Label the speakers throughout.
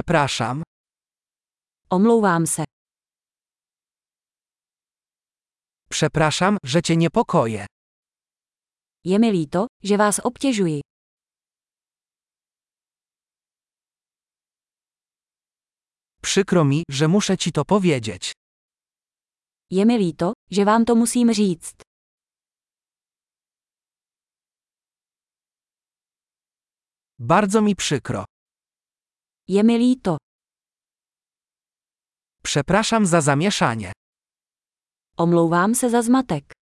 Speaker 1: Przepraszam,
Speaker 2: Omlouvám se.
Speaker 1: przepraszam, że cię niepokoję.
Speaker 2: Je mi líto, že vás obtěžuji.
Speaker 1: Przykro mi, że muszę ci to powiedzieć.
Speaker 2: Je mi líto, že vám to musím říct.
Speaker 1: Bardzo mi przykro.
Speaker 2: Je mi líto.
Speaker 1: Przepraszam za zamieszanie.
Speaker 2: Omlouvám se za zmatek.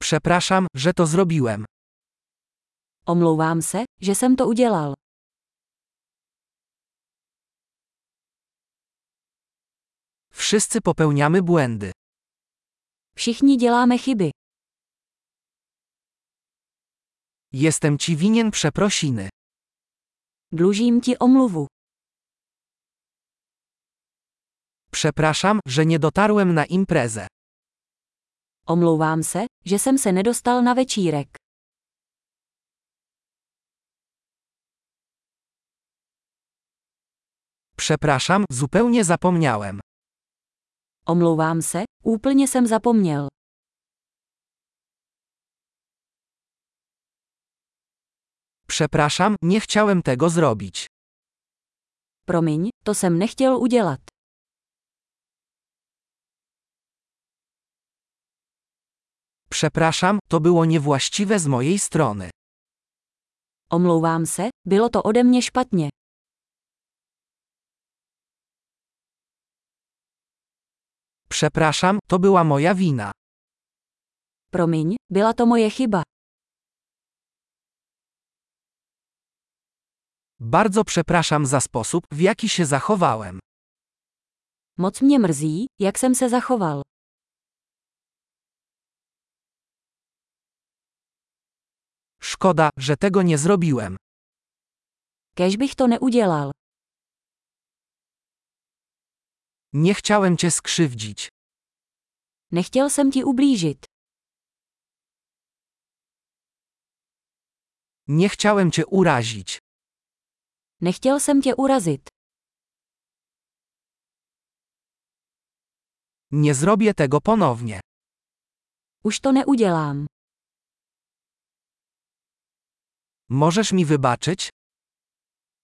Speaker 1: Przepraszam, że to zrobiłem.
Speaker 2: Omlouvám se, že jsem to udělal.
Speaker 1: Wszyscy popełniamy błędy.
Speaker 2: Všichni děláme chyby.
Speaker 1: Jestem ci winien przeprosiny.
Speaker 2: Dlužím ti omluvu.
Speaker 1: Przepraszam, że nie dotarłem na imprezę.
Speaker 2: Omlouvám se, že jsem se nedostal na večírek.
Speaker 1: Przepraszam, zupełnie zapomniałem.
Speaker 2: Omlouvám se, úplně jsem zapomněl.
Speaker 1: Przepraszam, nie chciałem tego zrobić.
Speaker 2: Promiň, to jsem nechtěl udělat.
Speaker 1: Przepraszam, to było niewłaściwe z mojej strony.
Speaker 2: Omlouvám se, bylo to ode mě špatně.
Speaker 1: Przepraszam, to była moja wina.
Speaker 2: Promiň, byla to moje chyba.
Speaker 1: Bardzo przepraszam za sposób, w jaki się zachowałem.
Speaker 2: Moc mě mrzí, jak jsem se zachoval.
Speaker 1: Szkoda, że tego nie zrobiłem.
Speaker 2: Kež bych to neudělal.
Speaker 1: Nie chciałem cię skrzywdzić.
Speaker 2: Nechtěl jsem ti ublížit.
Speaker 1: Nie chciałem cię urazić.
Speaker 2: Nechtěl jsem tě urazit.
Speaker 1: Nie zrobię tego ponownie.
Speaker 2: Už to neudělám.
Speaker 1: Możesz mi wybaczyć?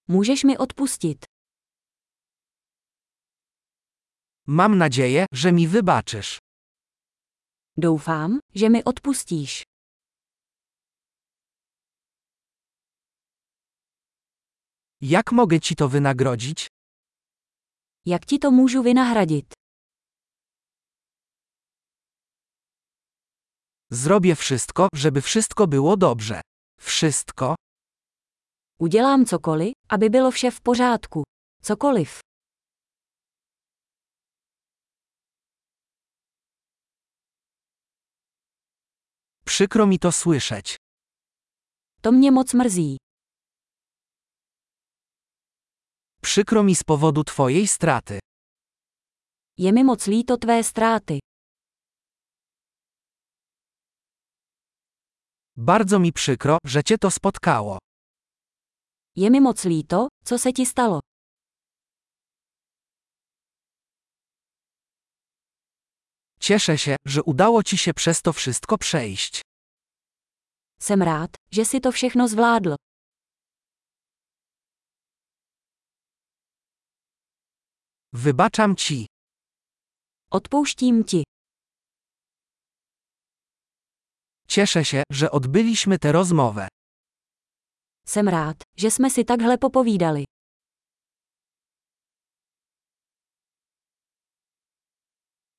Speaker 2: Můžeš mi odpustit.
Speaker 1: Mam nadzieję, że mi wybaczysz.
Speaker 2: Doufám, že mi odpustíš.
Speaker 1: Jak mogę ci to wynagrodzić?
Speaker 2: Jak ti to můžu vynahradit?
Speaker 1: Zrobię wszystko, żeby wszystko było dobrze. Wszystko?
Speaker 2: Udělám cokoliv, aby bylo vše v pořádku. Cokoliv.
Speaker 1: Przykro mi to słyszeć.
Speaker 2: To mě moc mrzí.
Speaker 1: Przykro mi z powodu twojej straty.
Speaker 2: Je mi moc líto tvé ztráty.
Speaker 1: Bardzo mi przykro, że cię to spotkało.
Speaker 2: Je mi moc líto, co se ti stalo.
Speaker 1: Cieszę się, że udało ci się przez to wszystko przejść.
Speaker 2: Jsem rád, že si to všechno zvládl.
Speaker 1: Wybaczam ci.
Speaker 2: Odpouštím ti.
Speaker 1: Cieszę się, że odbyliśmy tę rozmowę.
Speaker 2: Jsem rád, že jsme si takhle popovídali.